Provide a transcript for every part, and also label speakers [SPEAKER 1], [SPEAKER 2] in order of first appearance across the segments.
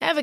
[SPEAKER 1] Ever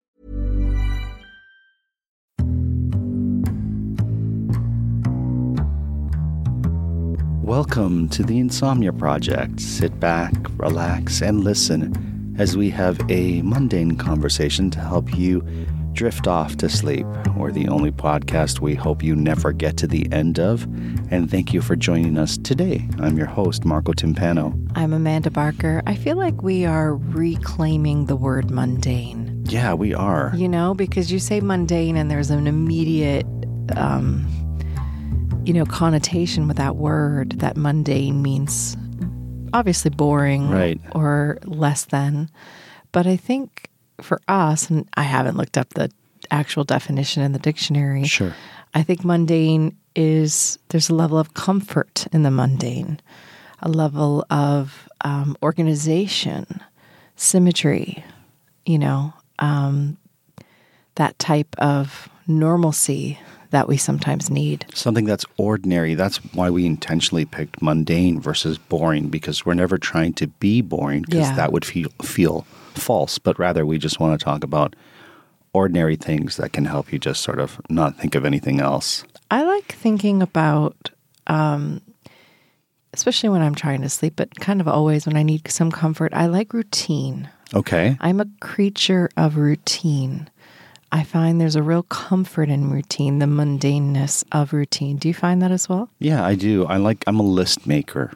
[SPEAKER 2] Welcome to the Insomnia Project. Sit back, relax, and listen as we have a mundane conversation to help you drift off to sleep. We're the only podcast we hope you never get to the end of. And thank you for joining us today. I'm your host, Marco Timpano.
[SPEAKER 3] I'm Amanda Barker. I feel like we are reclaiming the word mundane,
[SPEAKER 2] Yeah, we are.
[SPEAKER 3] you know, because you say mundane and there's an immediate, um, you know, connotation with that word that mundane means obviously boring
[SPEAKER 2] Right.
[SPEAKER 3] or less than. But I think for us, and I haven't looked up the actual definition in the dictionary.
[SPEAKER 2] Sure.
[SPEAKER 3] I think mundane is there's a level of comfort in the mundane, a level of um, organization, symmetry, you know, um, that type of normalcy that we sometimes need.
[SPEAKER 2] Something that's ordinary. That's why we intentionally picked mundane versus boring because we're never trying to be boring because
[SPEAKER 3] Yeah.
[SPEAKER 2] that would feel, feel false. But rather, we just want to talk about ordinary things that can help you just sort of not think of anything else.
[SPEAKER 3] I like thinking about, um, especially when I'm trying to sleep, but kind of always when I need some comfort, I like routine.
[SPEAKER 2] Okay.
[SPEAKER 3] I'm a creature of routine. I find there's a real comfort in routine, the mundaneness of routine. Do you find that as well?
[SPEAKER 2] Yeah, I do. I like I'm a list maker.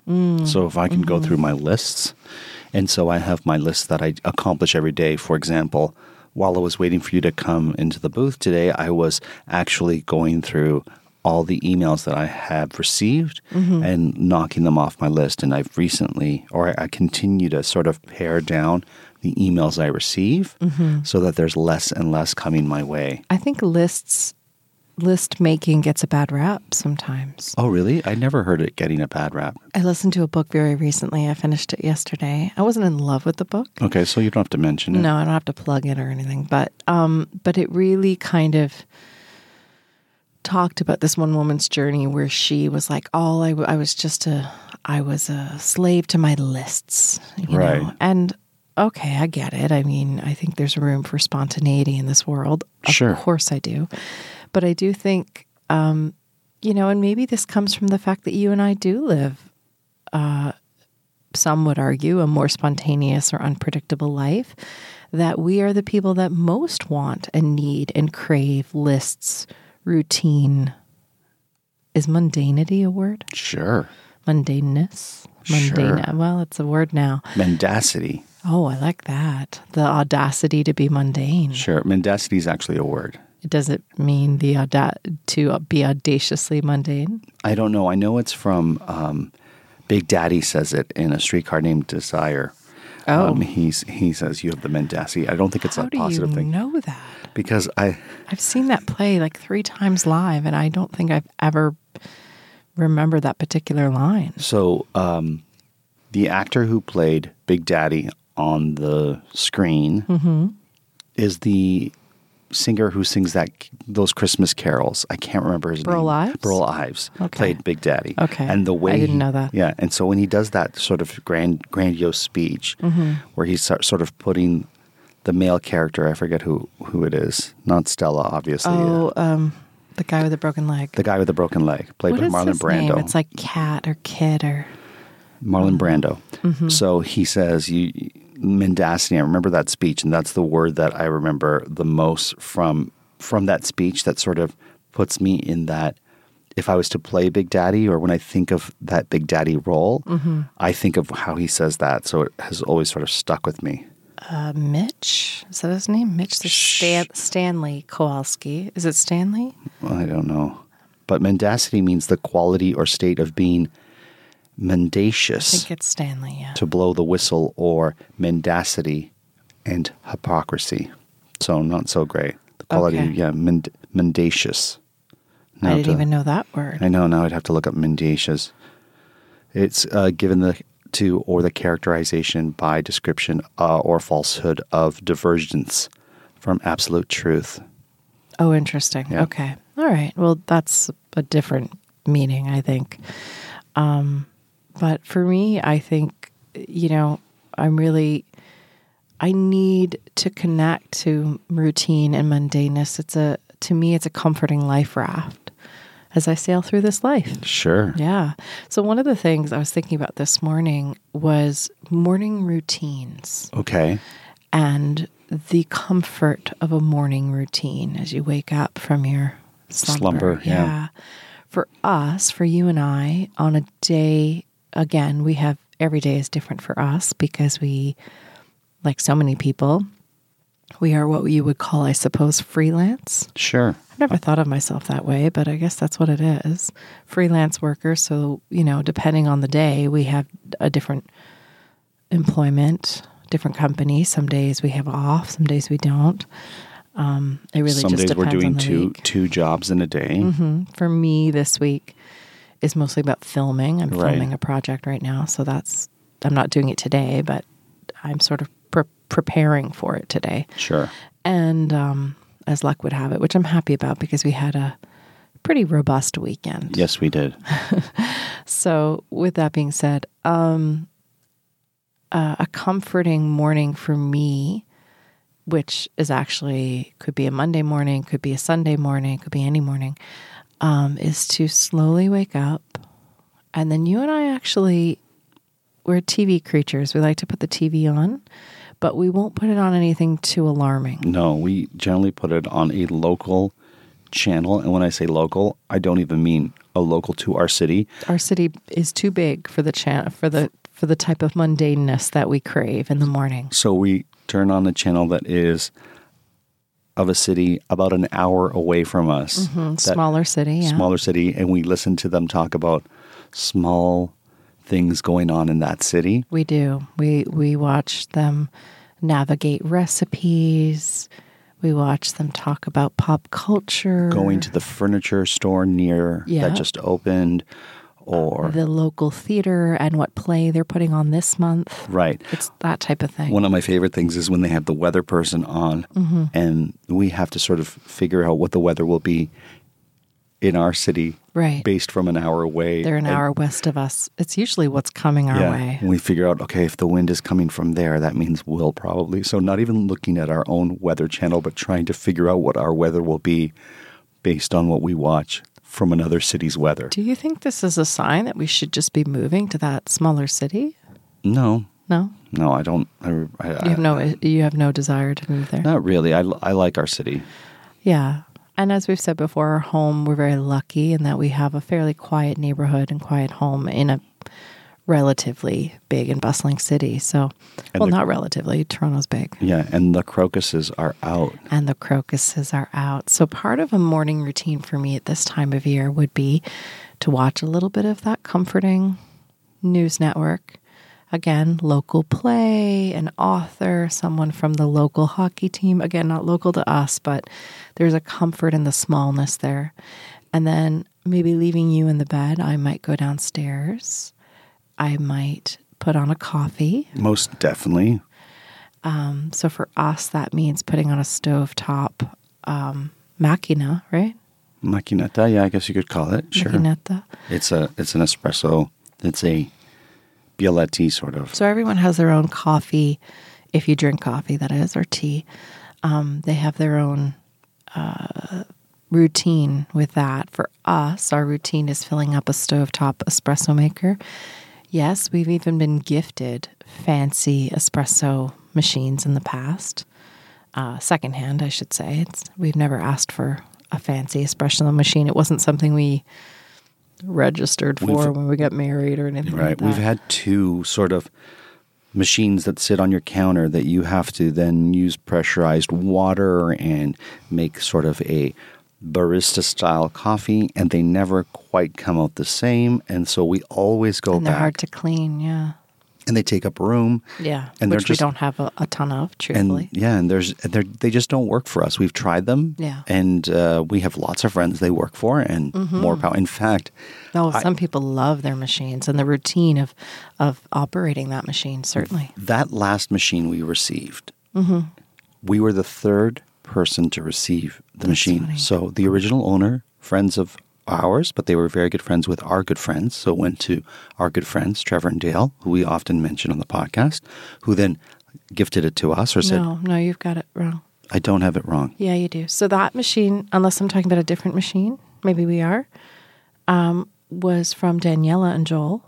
[SPEAKER 2] So if I can go through my lists and so I have my list that I accomplish every day. For example, while I was waiting for you to come into the booth today, I was actually going through all the emails that I have received and knocking them off my list. And I've recently, or I, I continue to sort of pare down the emails I receive so that there's less and less coming my way.
[SPEAKER 3] I think lists list making gets a bad rap sometimes.
[SPEAKER 2] Oh, really? I never heard it getting a bad rap.
[SPEAKER 3] I listened to a book very recently. I finished it yesterday. I wasn't in love with the book.
[SPEAKER 2] Okay, so you don't have to mention it.
[SPEAKER 3] No, I don't have to plug it or anything, but um but it really kind of talked about this one woman's journey where she was like all I, w- I was just a I was a slave to my lists, you know.
[SPEAKER 2] Right.
[SPEAKER 3] And okay, I get it. I mean, I think there's room for spontaneity in this world.
[SPEAKER 2] Sure.
[SPEAKER 3] Of course I do. But I do think um you know, and maybe this comes from the fact that you and I do live uh, some would argue, a more spontaneous or unpredictable life, that we are the people that most want and need and crave lists, routine. Is mundanity a word?
[SPEAKER 2] Sure.
[SPEAKER 3] Mundaneness? Mundane.
[SPEAKER 2] Sure.
[SPEAKER 3] Well, it's a word now.
[SPEAKER 2] Mendacity.
[SPEAKER 3] Oh, I like that. The audacity to be mundane.
[SPEAKER 2] Sure. Mendacity is actually a word.
[SPEAKER 3] Does it mean the auda- to uh, be audaciously mundane?
[SPEAKER 2] I don't know. I know it's from um, Big Daddy says it in a streetcar named Desire.
[SPEAKER 3] Oh.
[SPEAKER 2] Um, he's, he says you have the mendacity. I don't think it's
[SPEAKER 3] How
[SPEAKER 2] a
[SPEAKER 3] do
[SPEAKER 2] positive
[SPEAKER 3] you
[SPEAKER 2] thing
[SPEAKER 3] know that?
[SPEAKER 2] because I
[SPEAKER 3] I've seen that play like three times live, and I don't think I've ever remembered that particular line.
[SPEAKER 2] so um, the actor who played Big Daddy on the screen
[SPEAKER 3] Mm-hmm.
[SPEAKER 2] is the singer who sings that those Christmas carols. I can't remember his
[SPEAKER 3] Burl
[SPEAKER 2] name.
[SPEAKER 3] Ives?
[SPEAKER 2] Burl Ives
[SPEAKER 3] Okay.
[SPEAKER 2] played Big Daddy.
[SPEAKER 3] Okay.
[SPEAKER 2] and the way
[SPEAKER 3] I didn't
[SPEAKER 2] he-
[SPEAKER 3] know that.
[SPEAKER 2] Yeah, and so when he does that sort of grand grandiose speech,
[SPEAKER 3] Mm-hmm.
[SPEAKER 2] where he's so- sort of putting the male character, I forget who who it is, not Stella, obviously. uh,
[SPEAKER 3] Oh, um, the guy with the broken leg.
[SPEAKER 2] The guy with the broken leg, played
[SPEAKER 3] What
[SPEAKER 2] by
[SPEAKER 3] is
[SPEAKER 2] Marlon
[SPEAKER 3] his
[SPEAKER 2] Brando.
[SPEAKER 3] name? It's like cat or kid or
[SPEAKER 2] Marlon Brando. So he says, "You mendacity. I remember that speech, and that's the word that I remember the most from from that speech. That sort of puts me in that. If I was to play Big Daddy, or when I think of that Big Daddy role, I think of how he says that. So it has always sort of stuck with me.
[SPEAKER 3] Uh, Mitch, is that his name? Mitch the Stan- Stanley Kowalski. Is it Stanley?
[SPEAKER 2] I don't know. But mendacity means the quality or state of being
[SPEAKER 3] I
[SPEAKER 2] mendacious,
[SPEAKER 3] think it's Stanley. Yeah.
[SPEAKER 2] to blow the whistle, or mendacity and hypocrisy. So not so great. The quality,
[SPEAKER 3] Okay.
[SPEAKER 2] yeah, mend- mendacious. Now
[SPEAKER 3] I didn't
[SPEAKER 2] to-
[SPEAKER 3] even know that word.
[SPEAKER 2] I know. Now I'd have to look up mendacious. It's uh, given the to or the characterization by description uh, or falsehood of divergence from absolute truth.
[SPEAKER 3] Oh, interesting.
[SPEAKER 2] Yeah.
[SPEAKER 3] Okay. All right. Well, that's a different meaning, I think. Um, but for me, I think, you know, I'm really, I need to connect to routine and mundaneness. It's a, to me, it's a comforting life raft as I sail through this life.
[SPEAKER 2] Sure.
[SPEAKER 3] Yeah. So one of the things I was thinking about this morning was morning routines
[SPEAKER 2] Okay.
[SPEAKER 3] and the comfort of a morning routine as you wake up from your slumber.
[SPEAKER 2] Slumber, yeah.
[SPEAKER 3] For us, for you and I, on a day, again, we have every day is different for us because we, like so many people, we are what you would call, I suppose, freelance.
[SPEAKER 2] Sure.
[SPEAKER 3] I've never thought of myself that way, but I guess that's what it is. Freelance worker. So, you know, depending on the day, we have a different employment, different company. Some days we have off, some days we don't. Um, it really
[SPEAKER 2] Some
[SPEAKER 3] just
[SPEAKER 2] days we're
[SPEAKER 3] depends on
[SPEAKER 2] doing
[SPEAKER 3] the
[SPEAKER 2] two
[SPEAKER 3] week. Mm-hmm.
[SPEAKER 2] two jobs in a day.
[SPEAKER 3] For me, this week is mostly about filming. I'm
[SPEAKER 2] Right.
[SPEAKER 3] filming a project right now. So that's, I'm not doing it today, but I'm sort of pre- preparing for it today
[SPEAKER 2] Sure.
[SPEAKER 3] and um, as luck would have it, which I'm happy about because we had a pretty robust weekend.
[SPEAKER 2] Yes, we did.
[SPEAKER 3] So, with that being said, um, uh, a comforting morning for me, which is actually could be a Monday morning, could be a Sunday morning, could be any morning, um, is to slowly wake up, and then you and I actually we're TV creatures. We like to put the TV on, but we won't put it on anything too alarming.
[SPEAKER 2] No, we generally put it on a local channel, and when I say local, I don't even mean a local to our city.
[SPEAKER 3] our city is too big for the chan- for the for the type of mundaneness that we crave in the morning.
[SPEAKER 2] So we turn on a channel that is of a city about an hour away from us, that
[SPEAKER 3] Smaller city, Mm-hmm. yeah.
[SPEAKER 2] smaller city, and we listen to them talk about small things going on in that city.
[SPEAKER 3] We do. We we watch them navigate recipes. We watch them talk about pop culture,
[SPEAKER 2] Going to the furniture store near
[SPEAKER 3] Yeah.
[SPEAKER 2] that just opened, or
[SPEAKER 3] the local theater and what play they're putting on this month.
[SPEAKER 2] right.
[SPEAKER 3] It's that type of thing.
[SPEAKER 2] One of my favorite things is when they have the weather person on
[SPEAKER 3] Mm-hmm.
[SPEAKER 2] and we have to sort of figure out what the weather will be in our city
[SPEAKER 3] right.
[SPEAKER 2] based from an hour away.
[SPEAKER 3] They're an
[SPEAKER 2] And-
[SPEAKER 3] hour west of us. It's usually what's coming our
[SPEAKER 2] yeah.
[SPEAKER 3] way.
[SPEAKER 2] And we figure out, okay, if the wind is coming from there, that means we'll probably. So, not even looking at our own weather channel, but trying to figure out what our weather will be based on what we watch from another city's weather.
[SPEAKER 3] Do you think this is a sign that we should just be moving to that smaller city?
[SPEAKER 2] No,
[SPEAKER 3] No.
[SPEAKER 2] no, I don't. I, I,
[SPEAKER 3] You have
[SPEAKER 2] I-
[SPEAKER 3] no you have no desire to move there.
[SPEAKER 2] Not really. I, I like our city.
[SPEAKER 3] Yeah. And as we've said before, our home, we're very lucky in that we have a fairly quiet neighborhood and quiet home in a relatively big and bustling city. So,
[SPEAKER 2] And
[SPEAKER 3] well,
[SPEAKER 2] the-
[SPEAKER 3] not relatively, Toronto's big.
[SPEAKER 2] Yeah, and the crocuses are out.
[SPEAKER 3] And the crocuses are out. So, part of a morning routine for me at this time of year would be to watch a little bit of that comforting news network. Again, local play, an author, someone from the local hockey team. Again, not local to us, but there's a comfort in the smallness there. And then maybe leaving you in the bed, I might go downstairs. I might put on a coffee.
[SPEAKER 2] Most definitely.
[SPEAKER 3] Um, so for us, that means putting on a stovetop um, macchina, right?
[SPEAKER 2] Macchinetta, yeah, I guess you could call it. Sure.
[SPEAKER 3] Macchinetta.
[SPEAKER 2] It's a it's an espresso. It's a Bialetti sort of.
[SPEAKER 3] So everyone has their own coffee, if you drink coffee, that is, or tea. Um, they have their own uh, routine with that. For us, our routine is filling up a stovetop espresso maker. Yes, we've even been gifted fancy espresso machines in the past, uh, secondhand, I should say. It's, we've never asked for a fancy espresso machine. It wasn't something we registered for
[SPEAKER 2] We've-
[SPEAKER 3] when we got married or anything.
[SPEAKER 2] Right.
[SPEAKER 3] like
[SPEAKER 2] We've
[SPEAKER 3] that.
[SPEAKER 2] had two sort of machines that sit on your counter that you have to then use pressurized water and make sort of a barista style coffee and they never quite come out the same and so we always go
[SPEAKER 3] and they're
[SPEAKER 2] back
[SPEAKER 3] hard to clean. Yeah,
[SPEAKER 2] and they take up room
[SPEAKER 3] yeah,
[SPEAKER 2] And they're
[SPEAKER 3] which
[SPEAKER 2] just-
[SPEAKER 3] we don't have a, a ton of, truthfully.
[SPEAKER 2] and yeah and there's they're, they just don't work for us we've tried them
[SPEAKER 3] Yeah. Mm-hmm.
[SPEAKER 2] and uh, we have lots of friends they work for and more power in fact
[SPEAKER 3] No, some people love their machines and the routine of of operating that machine. Certainly,
[SPEAKER 2] that last machine we received,
[SPEAKER 3] Mm-hmm.
[SPEAKER 2] we were the third person to receive the machine. So the original owner, friends of ours, but they were very good friends with our good friends. So it went to our good friends, Trevor and Dale, who we often mention on the podcast, who then gifted it to us or said,
[SPEAKER 3] no, no, you've got it wrong.
[SPEAKER 2] I don't have it wrong.
[SPEAKER 3] Yeah, you do. So that machine, unless I'm talking about a different machine, maybe we are, um, was from Daniela and Joel.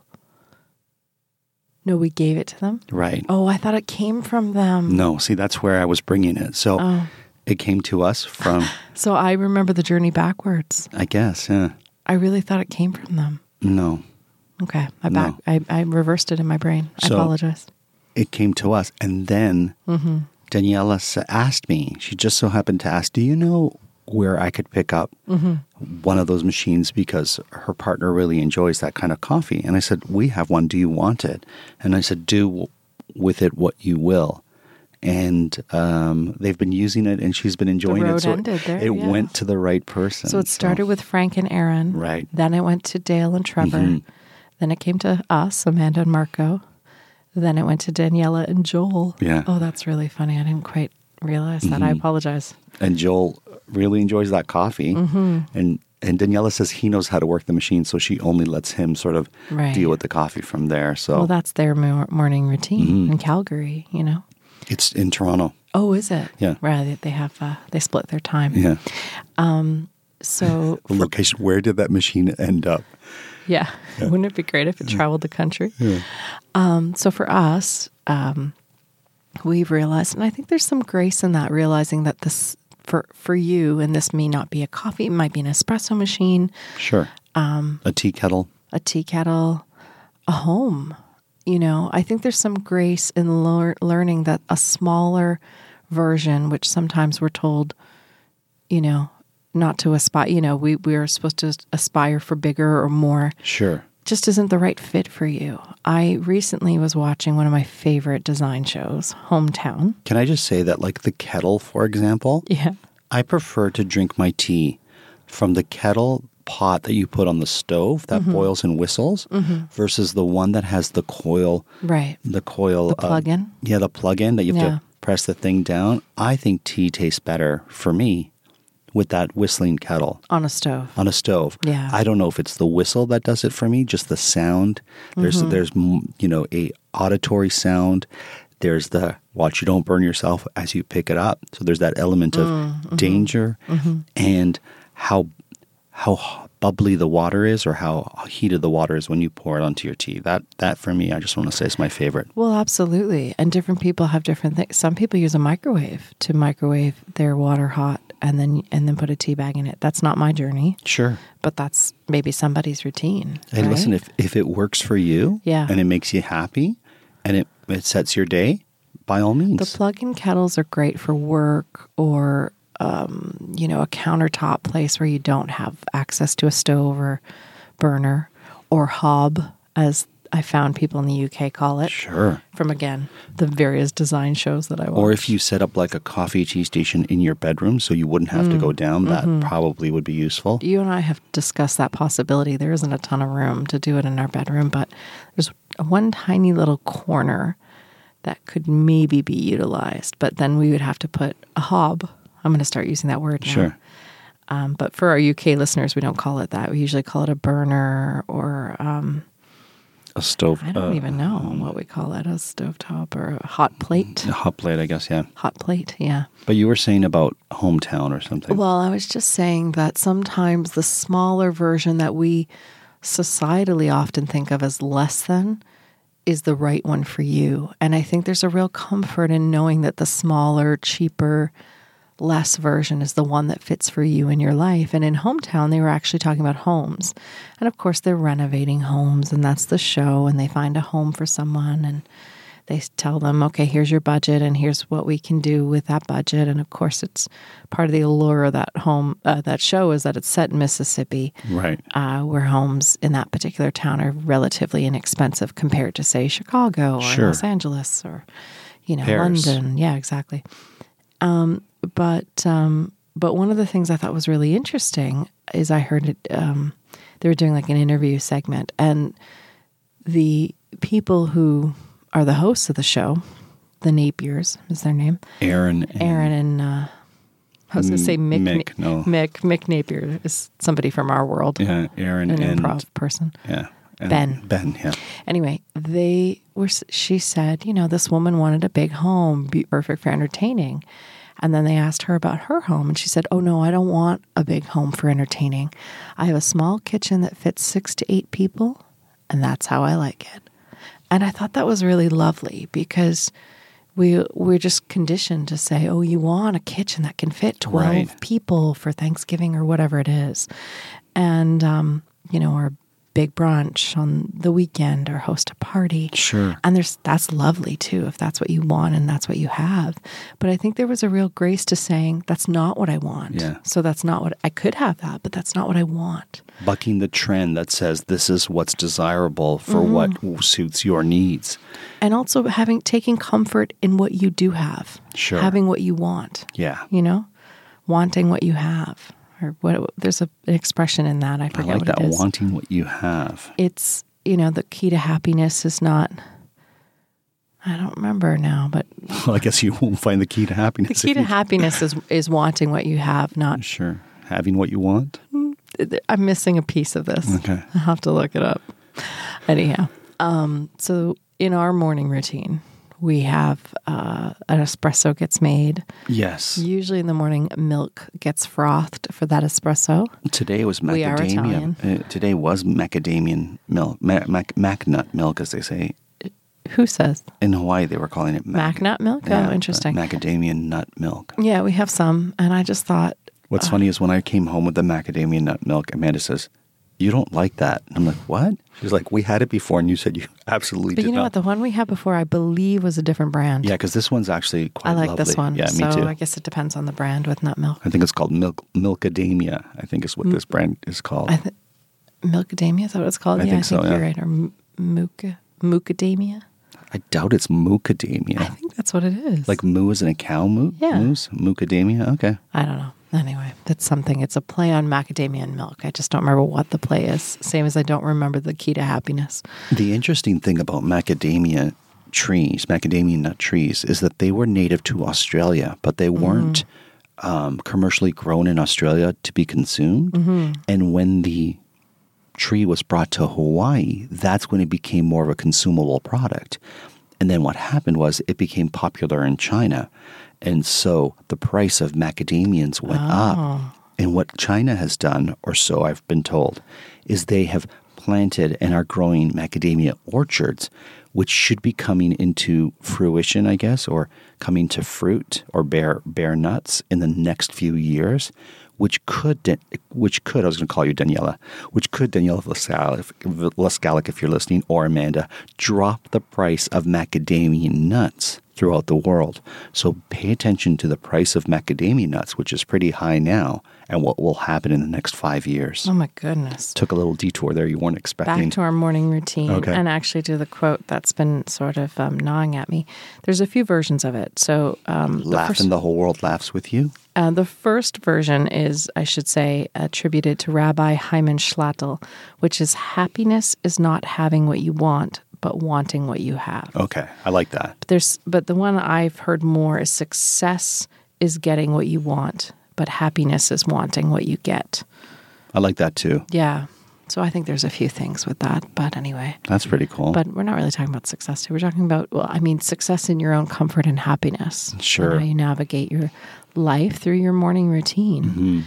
[SPEAKER 3] No, we gave it to them.
[SPEAKER 2] Right.
[SPEAKER 3] Oh, I thought it came from them.
[SPEAKER 2] No, see, that's where I was bringing it. So
[SPEAKER 3] Oh.
[SPEAKER 2] it came to us from,
[SPEAKER 3] So I remember the journey backwards.
[SPEAKER 2] I guess, yeah.
[SPEAKER 3] I really thought it came from them.
[SPEAKER 2] No,
[SPEAKER 3] Okay, I back, I, I reversed it in my brain. I
[SPEAKER 2] So-
[SPEAKER 3] apologize.
[SPEAKER 2] it came to us. And then
[SPEAKER 3] Mm-hmm.
[SPEAKER 2] Daniela s- asked me, she just so happened to ask, Do you know where I could pick up
[SPEAKER 3] Mm-hmm.
[SPEAKER 2] one of those machines? Because her partner really enjoys that kind of coffee. And I said, We have one. Do you want it? And I said, Do w- with it what you will. And um, they've been using it and she's been enjoying
[SPEAKER 3] road
[SPEAKER 2] it. So
[SPEAKER 3] ended
[SPEAKER 2] it,
[SPEAKER 3] there,
[SPEAKER 2] it
[SPEAKER 3] yeah.
[SPEAKER 2] went to the right person.
[SPEAKER 3] So it started with Frank and Aaron.
[SPEAKER 2] Right. Mm-hmm.
[SPEAKER 3] Then it went to Dale and Trevor. Then it came to us, Amanda and Marco. Then it went to Daniela and Joel.
[SPEAKER 2] Yeah. Mm-hmm.
[SPEAKER 3] Oh, that's really funny. I didn't quite realize that. I apologize.
[SPEAKER 2] and Joel really enjoys that coffee.
[SPEAKER 3] Mm-hmm.
[SPEAKER 2] And and Daniela says he knows how to work the machine, so she only lets him sort of
[SPEAKER 3] Right.
[SPEAKER 2] deal with the coffee from there. So
[SPEAKER 3] Well, that's their mor- morning routine
[SPEAKER 2] Mm-hmm.
[SPEAKER 3] in Calgary, you know.
[SPEAKER 2] it's in Toronto.
[SPEAKER 3] Oh, is it?
[SPEAKER 2] Yeah.
[SPEAKER 3] Right. they- They have uh, they split their time.
[SPEAKER 2] Yeah,
[SPEAKER 3] So
[SPEAKER 2] the location. Where did that machine end up?
[SPEAKER 3] Yeah. Wouldn't it be great if it traveled the country? Um, so for us, um, we've realized, and I think there's some grace in that, realizing that this for for you, and this may not be a coffee, it might be an espresso machine,
[SPEAKER 2] Sure, um, a tea kettle.
[SPEAKER 3] a tea kettle, a home. You know, I think there's some grace in lear- learning that a smaller version, which sometimes we're told, you know, not to aspire. You know, we we are supposed to aspire for bigger or more
[SPEAKER 2] Sure.
[SPEAKER 3] just isn't the right fit for you. I recently was watching one of my favorite design shows, Hometown.
[SPEAKER 2] Can I just say that, like the kettle, for example,
[SPEAKER 3] Yeah.
[SPEAKER 2] I prefer to drink my tea from the kettle pot that you put on the stove that
[SPEAKER 3] Mm-hmm.
[SPEAKER 2] boils and whistles versus the one that has the coil
[SPEAKER 3] Right.
[SPEAKER 2] the coil
[SPEAKER 3] The
[SPEAKER 2] uh,
[SPEAKER 3] plug-in?
[SPEAKER 2] yeah, the plug-in that you have
[SPEAKER 3] Yeah.
[SPEAKER 2] to press the thing down. I think tea tastes better for me with that whistling kettle
[SPEAKER 3] On a stove.
[SPEAKER 2] on a stove.
[SPEAKER 3] Yeah.
[SPEAKER 2] I don't know if it's the whistle that does it for me, just the sound. There's
[SPEAKER 3] Mm-hmm.
[SPEAKER 2] there's mm, you know a auditory sound. There's the watch you don't burn yourself as you pick it up. So there's that element
[SPEAKER 3] Mm,
[SPEAKER 2] of
[SPEAKER 3] mm-hmm.
[SPEAKER 2] danger and how how bubbly the water is or how heated the water is when you pour it onto your tea. That that for me, I just want to say is my favorite.
[SPEAKER 3] Well, absolutely. And different people have different things. Some people use a microwave to microwave their water hot and then and then put a tea bag in it. That's not my journey,
[SPEAKER 2] Sure.
[SPEAKER 3] but that's maybe somebody's routine.
[SPEAKER 2] And
[SPEAKER 3] right?
[SPEAKER 2] listen, if if it works for you,
[SPEAKER 3] Yeah.
[SPEAKER 2] and it makes you happy, and it it sets your day, by all means,
[SPEAKER 3] The plug-in kettles are great for work or um, you know a countertop place where you don't have access to a stove or burner or hob, as I found people in the UK call it.
[SPEAKER 2] sure.
[SPEAKER 3] From again the various design shows that I watch.
[SPEAKER 2] Or if you set up like a coffee tea station in your bedroom, so you wouldn't have
[SPEAKER 3] Mm.
[SPEAKER 2] to go down, that
[SPEAKER 3] Mm-hmm.
[SPEAKER 2] probably would be useful.
[SPEAKER 3] you and I have discussed that possibility. There isn't a ton of room to do it in our bedroom, but there's one tiny little corner that could maybe be utilized. But then we would have to put a hob. I'm going to start using that word now.
[SPEAKER 2] Sure.
[SPEAKER 3] Um, but for our UK listeners, we don't call it that. We usually call it a burner or um,
[SPEAKER 2] A stove,
[SPEAKER 3] I don't even know what we call it a stovetop or a hot plate.
[SPEAKER 2] a hot plate, I guess. mm, Yeah.
[SPEAKER 3] Hot plate, yeah.
[SPEAKER 2] But you were saying about hometown or something.
[SPEAKER 3] Well, I was just saying that sometimes the smaller version that we societally often think of as less than is the right one for you. And I think there's a real comfort in knowing that the smaller, cheaper, less version is the one that fits for you in your life. And in Hometown, they were actually talking about homes. And of course, they're renovating homes, and that's the show. And they find a home for someone, and they tell them, okay, here's your budget, and here's what we can do with that budget. And of course, it's part of the allure of that home, uh, that show is that it's set in Mississippi,
[SPEAKER 2] Right.
[SPEAKER 3] uh, where homes in that particular town are relatively inexpensive compared to, say, Chicago or
[SPEAKER 2] Sure.
[SPEAKER 3] Los Angeles or, you know,
[SPEAKER 2] Paris.
[SPEAKER 3] London. Yeah, exactly. Um, but um, but one of the things I thought was really interesting is I heard it. Um, they were doing like an interview segment, and the people who are the hosts of the show, the Napiers is their name,
[SPEAKER 2] Aaron. And,
[SPEAKER 3] Aaron and uh, I was going to say Mick.
[SPEAKER 2] Mm. Mick, no.
[SPEAKER 3] Mick. Mick Napier is somebody from our world,
[SPEAKER 2] Yeah. Aaron
[SPEAKER 3] an
[SPEAKER 2] and
[SPEAKER 3] improv person.
[SPEAKER 2] Yeah. and
[SPEAKER 3] Ben.
[SPEAKER 2] Ben. Yeah.
[SPEAKER 3] Anyway, they were. She said, you know, this woman wanted a big home, be perfect for entertaining. And then they asked her about her home, and she said, "Oh no, I don't want a big home for entertaining. I have a small kitchen that fits six to eight people, and that's how I like it." And I thought that was really lovely because we we're just conditioned to say, "Oh, you want a kitchen that can fit twelve
[SPEAKER 2] Right.
[SPEAKER 3] people for Thanksgiving or whatever it is," and um, you know, or a big brunch on the weekend or host a party.
[SPEAKER 2] Sure.
[SPEAKER 3] And there's that's lovely too if that's what you want and that's what you have. But I think there was a real grace to saying that's not what I want.
[SPEAKER 2] Yeah.
[SPEAKER 3] So that's not what I could have that, but that's not what I want.
[SPEAKER 2] Bucking the trend that says this is what's desirable for
[SPEAKER 3] Mm-hmm.
[SPEAKER 2] what suits your needs.
[SPEAKER 3] And also having taking comfort in what you do have.
[SPEAKER 2] Sure.
[SPEAKER 3] Having what you want.
[SPEAKER 2] Yeah.
[SPEAKER 3] you know, wanting what you have, or what there's a, an expression in that. I
[SPEAKER 2] I
[SPEAKER 3] forget
[SPEAKER 2] like
[SPEAKER 3] what
[SPEAKER 2] that.
[SPEAKER 3] it is.
[SPEAKER 2] Wanting what you have.
[SPEAKER 3] It's you know the key to happiness is not. I don't remember now, but
[SPEAKER 2] Well, I guess you won't find the key to
[SPEAKER 3] the
[SPEAKER 2] happiness.
[SPEAKER 3] key
[SPEAKER 2] if
[SPEAKER 3] to
[SPEAKER 2] you-
[SPEAKER 3] happiness is is wanting what you have. Not
[SPEAKER 2] Sure. Having what you want.
[SPEAKER 3] I'm missing a piece of this.
[SPEAKER 2] Okay.
[SPEAKER 3] I have to look it up. Anyhow, um, so in our morning routine, we have uh, an espresso gets made.
[SPEAKER 2] Yes.
[SPEAKER 3] Usually in the morning, milk gets frothed for that espresso.
[SPEAKER 2] Today was
[SPEAKER 3] We are
[SPEAKER 2] macadamia. uh, today was macadamian milk, ma- mac, macnut milk, as they say.
[SPEAKER 3] Who says
[SPEAKER 2] In Hawaii, they were calling it
[SPEAKER 3] Mac nut milk?
[SPEAKER 2] Yeah,
[SPEAKER 3] oh,
[SPEAKER 2] but
[SPEAKER 3] interesting. Mm,
[SPEAKER 2] Macadamia nut milk.
[SPEAKER 3] yeah, we have some. And I just thought,
[SPEAKER 2] What's funny is when I came home with the macadamia nut milk, Amanda says, "You don't like that." I'm like, "What?" She's like, "We had it before, and you said you absolutely
[SPEAKER 3] but
[SPEAKER 2] did
[SPEAKER 3] you know
[SPEAKER 2] not."
[SPEAKER 3] what? The one we had before, I believe, was a different brand.
[SPEAKER 2] yeah, because this one's actually quite.
[SPEAKER 3] I like this
[SPEAKER 2] lovely.
[SPEAKER 3] one.
[SPEAKER 2] Yeah,
[SPEAKER 3] so
[SPEAKER 2] me too.
[SPEAKER 3] I guess it depends on the brand with nut milk.
[SPEAKER 2] I think it's called milk milkadamia. I think is what this brand is called.
[SPEAKER 3] Mm. I th- Milkadamia, is that what it's called?
[SPEAKER 2] I
[SPEAKER 3] yeah,
[SPEAKER 2] think
[SPEAKER 3] I think
[SPEAKER 2] so, yeah.
[SPEAKER 3] you're right. Or m- muca, mucadamia.
[SPEAKER 2] I doubt it's moocadamia.
[SPEAKER 3] I think that's what it is.
[SPEAKER 2] like moo is in a cow moo.
[SPEAKER 3] Yeah.
[SPEAKER 2] Moose moocadamia. Okay.
[SPEAKER 3] I don't know. Anyway, that's something. It's a play on macadamia and milk. I just don't remember what the play is. Same as I don't remember the key to happiness.
[SPEAKER 2] The interesting thing about macadamia trees, macadamia nut trees, is that they were native to Australia, but
[SPEAKER 3] Mm-hmm.
[SPEAKER 2] they weren't um, commercially grown in Australia to be consumed.
[SPEAKER 3] Mm-hmm.
[SPEAKER 2] And when the tree was brought to Hawaii, that's when it became more of a consumable product. And then what happened was it became popular in China. And so the price of macadamians went up. And what China has done, or so I've been told, is they have planted and are growing macadamia orchards, which should be coming into fruition, I guess, or coming to fruit or bear bear nuts in the next few years, which could Dan- which could I was going to call you Daniela, which could Daniela Laskalik, if- Laskalik, if you're listening, or Amanda, drop the price of macadamia nuts throughout the world. So pay attention to the price of macadamia nuts, which is pretty high now, and what will happen in the next five years.
[SPEAKER 3] Oh my goodness.
[SPEAKER 2] Took a little detour there you weren't expecting.
[SPEAKER 3] back to our morning routine
[SPEAKER 2] Okay.
[SPEAKER 3] and actually do the quote that's been sort of um, gnawing at me. There's a few versions of it. So um, the,
[SPEAKER 2] Laugh
[SPEAKER 3] first,
[SPEAKER 2] and the whole world laughs with you.
[SPEAKER 3] uh, the first version is, I should say, attributed to Rabbi Hyman Schlattel, which is happiness is not having what you want, but wanting what you have.
[SPEAKER 2] Okay, I like that.
[SPEAKER 3] But there's, but the one I've heard more is success is getting what you want, but happiness is wanting what you get.
[SPEAKER 2] I like that too.
[SPEAKER 3] Yeah. So I think there's a few things with that. But anyway.
[SPEAKER 2] That's pretty cool.
[SPEAKER 3] But we're not really talking about success here. We're talking about, well, I mean, success in your own comfort and happiness. and
[SPEAKER 2] Sure.
[SPEAKER 3] how you navigate your life through your morning routine.
[SPEAKER 2] Mm-hmm.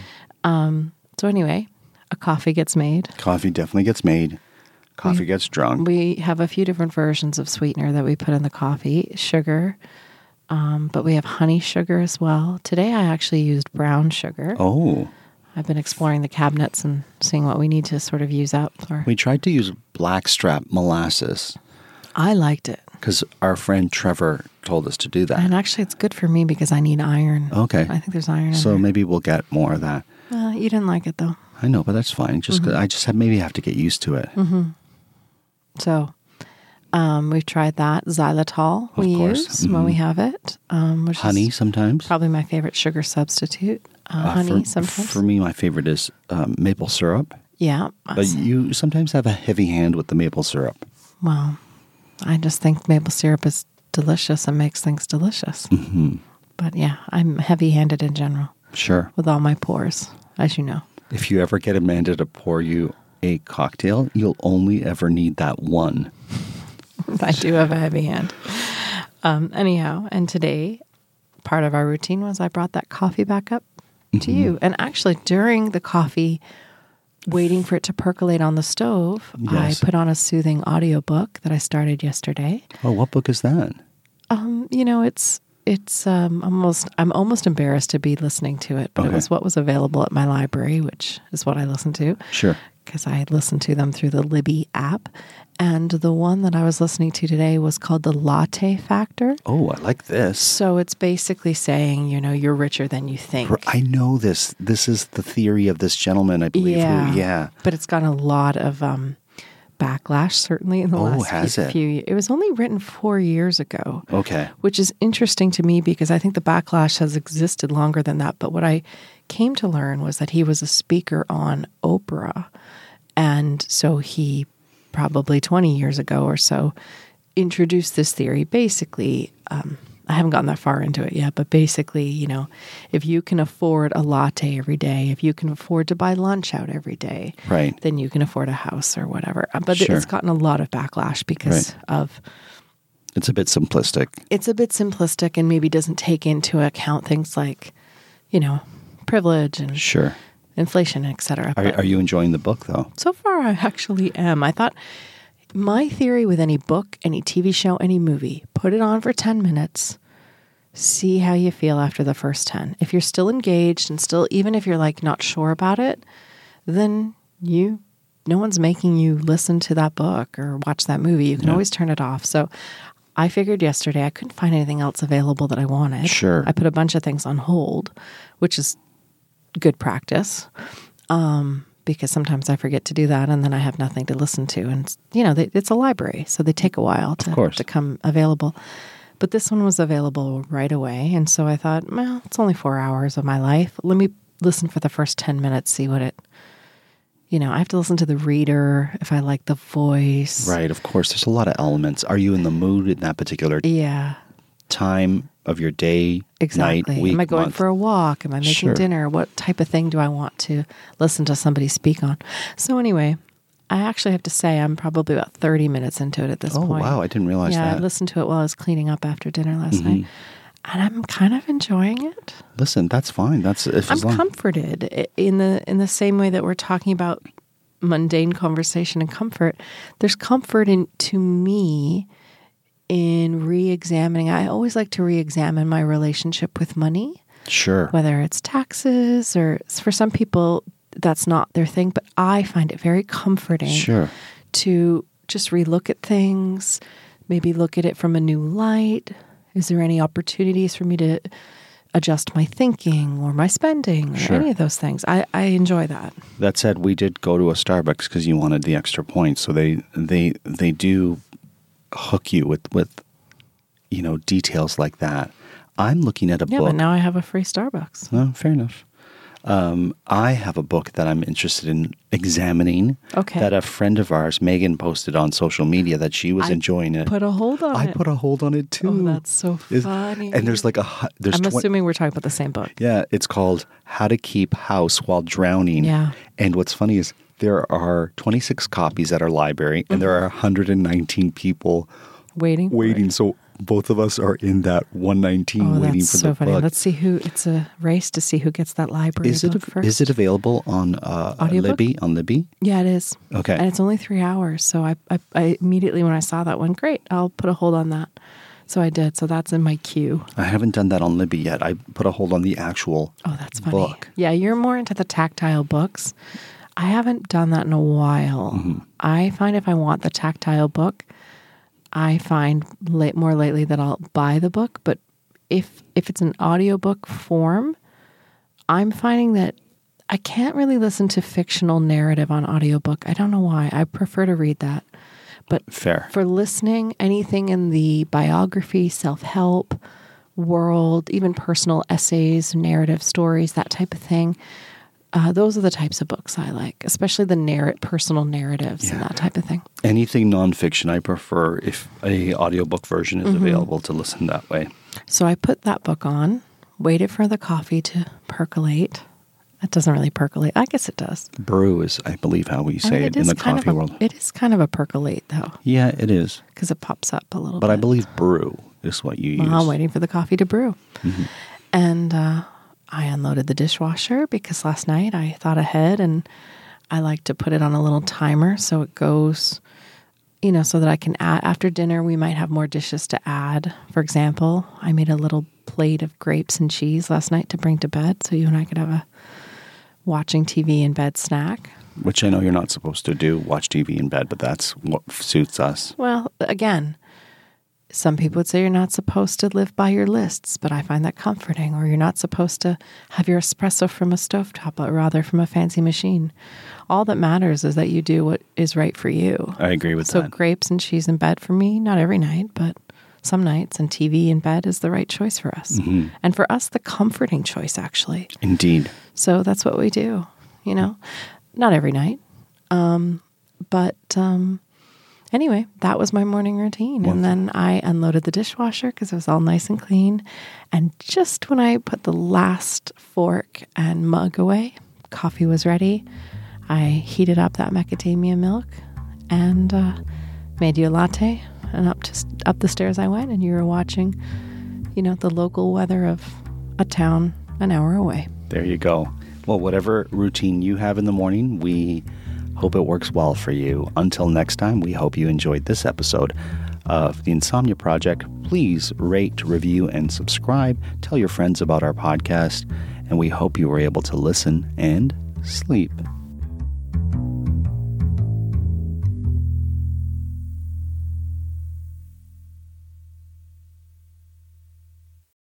[SPEAKER 3] Um, so, anyway, a coffee gets made.
[SPEAKER 2] Coffee definitely gets made. Coffee gets drunk.
[SPEAKER 3] We have a few different versions of sweetener that we put in the coffee, sugar, um, but we have honey sugar as well. Today I actually used brown sugar.
[SPEAKER 2] oh,
[SPEAKER 3] I've been exploring the cabinets and seeing what we need to sort of use up. Or
[SPEAKER 2] we tried to use blackstrap molasses
[SPEAKER 3] I liked it,
[SPEAKER 2] because our friend Trevor told us to do that.
[SPEAKER 3] and actually it's good for me because I need iron.
[SPEAKER 2] Okay.
[SPEAKER 3] I think there's iron. In
[SPEAKER 2] So
[SPEAKER 3] there.
[SPEAKER 2] maybe we'll get more of that.
[SPEAKER 3] Uh, you didn't like it though,
[SPEAKER 2] I know, but that's fine. Just
[SPEAKER 3] Mm-hmm.
[SPEAKER 2] 'cause- I just have, maybe have to get used to it.
[SPEAKER 3] so um, we've tried that xylitol.
[SPEAKER 2] Of
[SPEAKER 3] we
[SPEAKER 2] course. Mm-hmm.
[SPEAKER 3] use when we have it, um, which
[SPEAKER 2] Honey
[SPEAKER 3] is
[SPEAKER 2] sometimes.
[SPEAKER 3] probably my favorite sugar substitute. Uh,
[SPEAKER 2] Uh,
[SPEAKER 3] honey
[SPEAKER 2] for,
[SPEAKER 3] sometimes.
[SPEAKER 2] For me, my favorite is um, maple syrup.
[SPEAKER 3] yeah.
[SPEAKER 2] But you sometimes have a heavy hand with the maple syrup.
[SPEAKER 3] Well, I just think maple syrup is delicious and makes things delicious. Mm-hmm. But yeah, I'm heavy handed in general
[SPEAKER 2] Sure.
[SPEAKER 3] with all my pores, as you know.
[SPEAKER 2] If you ever get Amanda to pour you a cocktail, you'll only ever need that one.
[SPEAKER 3] I do have a heavy hand. Um, anyhow, and today part of our routine was I brought that coffee back up
[SPEAKER 2] Mm-hmm.
[SPEAKER 3] to you. And actually, during the coffee, waiting for it to percolate on the stove,
[SPEAKER 2] Yes.
[SPEAKER 3] I put on a soothing audiobook that I started yesterday.
[SPEAKER 2] Oh, what book is that?
[SPEAKER 3] Um, you know, it's it's um, almost I'm almost embarrassed to be listening to it, but
[SPEAKER 2] Okay.
[SPEAKER 3] it was what was available at my library, which is what I listened to
[SPEAKER 2] Sure.
[SPEAKER 3] because I listened to them through the Libby app. And the one that I was listening to today was called the Latte Factor.
[SPEAKER 2] Oh, I like this.
[SPEAKER 3] So it's basically saying, you know, you're richer than you think.
[SPEAKER 2] I know this. This is the theory of this gentleman, I believe.
[SPEAKER 3] Yeah.
[SPEAKER 2] Who, yeah.
[SPEAKER 3] But it's gotten a lot of um, backlash, certainly in the
[SPEAKER 2] Oh,
[SPEAKER 3] last
[SPEAKER 2] has
[SPEAKER 3] few,
[SPEAKER 2] it?
[SPEAKER 3] few years. It was only written four years ago.
[SPEAKER 2] Okay.
[SPEAKER 3] which is interesting to me because I think the backlash has existed longer than that. But what I came to learn was that he was a speaker on Oprah. And so he probably 20 years ago or so introduced this theory. Basically, um, I haven't gotten that far into it yet, but basically, you know, if you can afford a latte every day, if you can afford to buy lunch out every day,
[SPEAKER 2] Right.
[SPEAKER 3] then you can afford a house or whatever. Uh, But
[SPEAKER 2] Sure.
[SPEAKER 3] it's gotten a lot of backlash because of
[SPEAKER 2] It's a bit simplistic.
[SPEAKER 3] it's a bit simplistic and maybe doesn't take into account things like, you know, privilege and
[SPEAKER 2] Sure.
[SPEAKER 3] inflation, et cetera.
[SPEAKER 2] Are,
[SPEAKER 3] But
[SPEAKER 2] are you enjoying the book, though?
[SPEAKER 3] so far, I actually am. I thought my theory with any book, any TV show, any movie, put it on for 10 minutes, see how you feel after the first 10. If you're still engaged and still, even if you're like not sure about it, then you, no one's making you listen to that book or watch that movie. You can always turn it off. So, I figured yesterday I couldn't find anything else available that I wanted.
[SPEAKER 2] Sure.
[SPEAKER 3] I put a bunch of things on hold, which is good practice um, because sometimes I forget to do that and then I have nothing to listen to. And, it's- you know, they, it's a library, so they take a while to,
[SPEAKER 2] course.
[SPEAKER 3] to come available. But this one was available right away. And so I thought, well, it's only four hours of my life. Let me listen for the first 10 minutes, see what it, you know, I have to listen to the reader if I like the voice.
[SPEAKER 2] Right. Of course. There's a lot of elements. Are you in the mood in that particular
[SPEAKER 3] Yeah.
[SPEAKER 2] time of your day,
[SPEAKER 3] Exactly.
[SPEAKER 2] night, week,
[SPEAKER 3] Am I going
[SPEAKER 2] month?
[SPEAKER 3] for a walk? Am I making
[SPEAKER 2] Sure.
[SPEAKER 3] dinner? What type of thing do I want to listen to somebody speak on? So anyway, I actually have to say I'm probably about 30 minutes into it at this
[SPEAKER 2] Oh
[SPEAKER 3] point.
[SPEAKER 2] wow! I didn't realize
[SPEAKER 3] yeah,
[SPEAKER 2] that. Mm-hmm.
[SPEAKER 3] I listened to it while I was cleaning up after dinner last night. And I'm kind of enjoying it.
[SPEAKER 2] Listen, that's fine. That's if as
[SPEAKER 3] I'm
[SPEAKER 2] long
[SPEAKER 3] comforted i- in the in the same way that we're talking about mundane conversation and comfort. There's comfort in to me in re-examining. I always like to re-examine my relationship with money
[SPEAKER 2] sure.
[SPEAKER 3] whether it's taxes or for some people that's not their thing but i find it very comforting
[SPEAKER 2] Sure.
[SPEAKER 3] to just relook at things maybe look at it from a new light is there any opportunities for me to adjust my thinking or my spending or
[SPEAKER 2] Sure.
[SPEAKER 3] any of those things i, I enjoy that
[SPEAKER 2] That said, we did go to a Starbucks because you wanted the extra points. So they they they do hook you with with you know details like that. I'm looking at a
[SPEAKER 3] yeah
[SPEAKER 2] book.
[SPEAKER 3] but now i have a free starbucks
[SPEAKER 2] no, fair enough. Um, I have a book that I'm interested in examining.
[SPEAKER 3] Okay.
[SPEAKER 2] That a friend of ours, Megan, posted on social media that she was
[SPEAKER 3] I
[SPEAKER 2] enjoying it.
[SPEAKER 3] put a hold on
[SPEAKER 2] I
[SPEAKER 3] it
[SPEAKER 2] put a hold on it too.
[SPEAKER 3] Oh, that's so
[SPEAKER 2] Is-
[SPEAKER 3] funny.
[SPEAKER 2] And there's like a hu- there's
[SPEAKER 3] i'm
[SPEAKER 2] twen-
[SPEAKER 3] assuming we're talking about the same book
[SPEAKER 2] Yeah, it's called How to Keep House While Drowning.
[SPEAKER 3] Yeah.
[SPEAKER 2] And what's funny is there are
[SPEAKER 3] Mm-hmm.
[SPEAKER 2] 26 copies at our library and there are 119 people
[SPEAKER 3] waiting for it.
[SPEAKER 2] waiting. So both of us are in that 119
[SPEAKER 3] Oh,
[SPEAKER 2] waiting
[SPEAKER 3] that's
[SPEAKER 2] for
[SPEAKER 3] so
[SPEAKER 2] the
[SPEAKER 3] funny.
[SPEAKER 2] book.
[SPEAKER 3] Let's see who. It's a race to see who gets that library
[SPEAKER 2] is it
[SPEAKER 3] book first.
[SPEAKER 2] is it available on uh,
[SPEAKER 3] Audiobook?
[SPEAKER 2] Libby on Libby?
[SPEAKER 3] Yeah, it is.
[SPEAKER 2] Okay.
[SPEAKER 3] And it's only three hours. So I, I, I immediately, when I saw that one, great, I'll put a hold on that. So I did. So that's in my queue.
[SPEAKER 2] I haven't done that on Libby yet. I put a hold on the actual
[SPEAKER 3] Oh, that's funny.
[SPEAKER 2] book.
[SPEAKER 3] Yeah, you're more into the tactile books. I haven't done that in a while. I find if I want the tactile book, I find late, more lately that I'll buy the book. But if if it's an audiobook form, I'm finding that I can't really listen to fictional narrative on audiobook. I don't know why. I prefer to read that. But
[SPEAKER 2] Fair.
[SPEAKER 3] for listening, anything in the biography, self help world, even personal essays, narrative stories, that type of thing. Uh, those are the types of books I like, especially the narr- personal narratives and that type of thing.
[SPEAKER 2] Anything nonfiction, I prefer if a audiobook version is
[SPEAKER 3] Mm-hmm.
[SPEAKER 2] available to listen that way.
[SPEAKER 3] So I put that book on, waited for the coffee to percolate. That doesn't really percolate. I guess it does.
[SPEAKER 2] Brew is, I believe, how we say
[SPEAKER 3] I mean,
[SPEAKER 2] it in
[SPEAKER 3] is
[SPEAKER 2] the
[SPEAKER 3] kind of
[SPEAKER 2] coffee
[SPEAKER 3] a-
[SPEAKER 2] world.
[SPEAKER 3] It is kind of a percolate though,
[SPEAKER 2] yeah, it is.
[SPEAKER 3] because it pops up a little.
[SPEAKER 2] But
[SPEAKER 3] bit.
[SPEAKER 2] I believe brew is what you
[SPEAKER 3] while
[SPEAKER 2] use.
[SPEAKER 3] waiting for the coffee to brew. And uh, I unloaded the dishwasher because last night I thought ahead and I like to put it on a little timer so it goes, you know, so that I can add after dinner, we might have more dishes to add. For example, I made a little plate of grapes and cheese last night to bring to bed so you and I could have a watching TV in bed snack.
[SPEAKER 2] Which I know you're not supposed to do, watch TV in bed, but that's what suits us.
[SPEAKER 3] Well, again, some people would say you're not supposed to live by your lists, but I find that comforting. Or you're not supposed to have your espresso from a stovetop, but rather from a fancy machine. All that matters is that you do what is right for you.
[SPEAKER 2] I agree with
[SPEAKER 3] So
[SPEAKER 2] that.
[SPEAKER 3] grapes and cheese in bed for me, not every night, but some nights, and TV in bed is the right choice for us. And for us, the comforting choice, actually.
[SPEAKER 2] Indeed.
[SPEAKER 3] So that's what we do, you know, not every night. Um, but um, anyway, that was my morning routine. And then I unloaded the dishwasher because it was all nice and clean. And just when I put the last fork and mug away, coffee was ready. I heated up that macadamia milk and uh, made you a latte. And up to up the stairs I went, and you were watching, you know, the local weather of a town an hour away.
[SPEAKER 2] There you go. Well, whatever routine you have in the morning, we hope it works well for you. Until next time, we hope you enjoyed this episode of The Insomnia Project. Please rate, review, and subscribe. Tell your friends about our podcast, and we hope you were able to listen and sleep.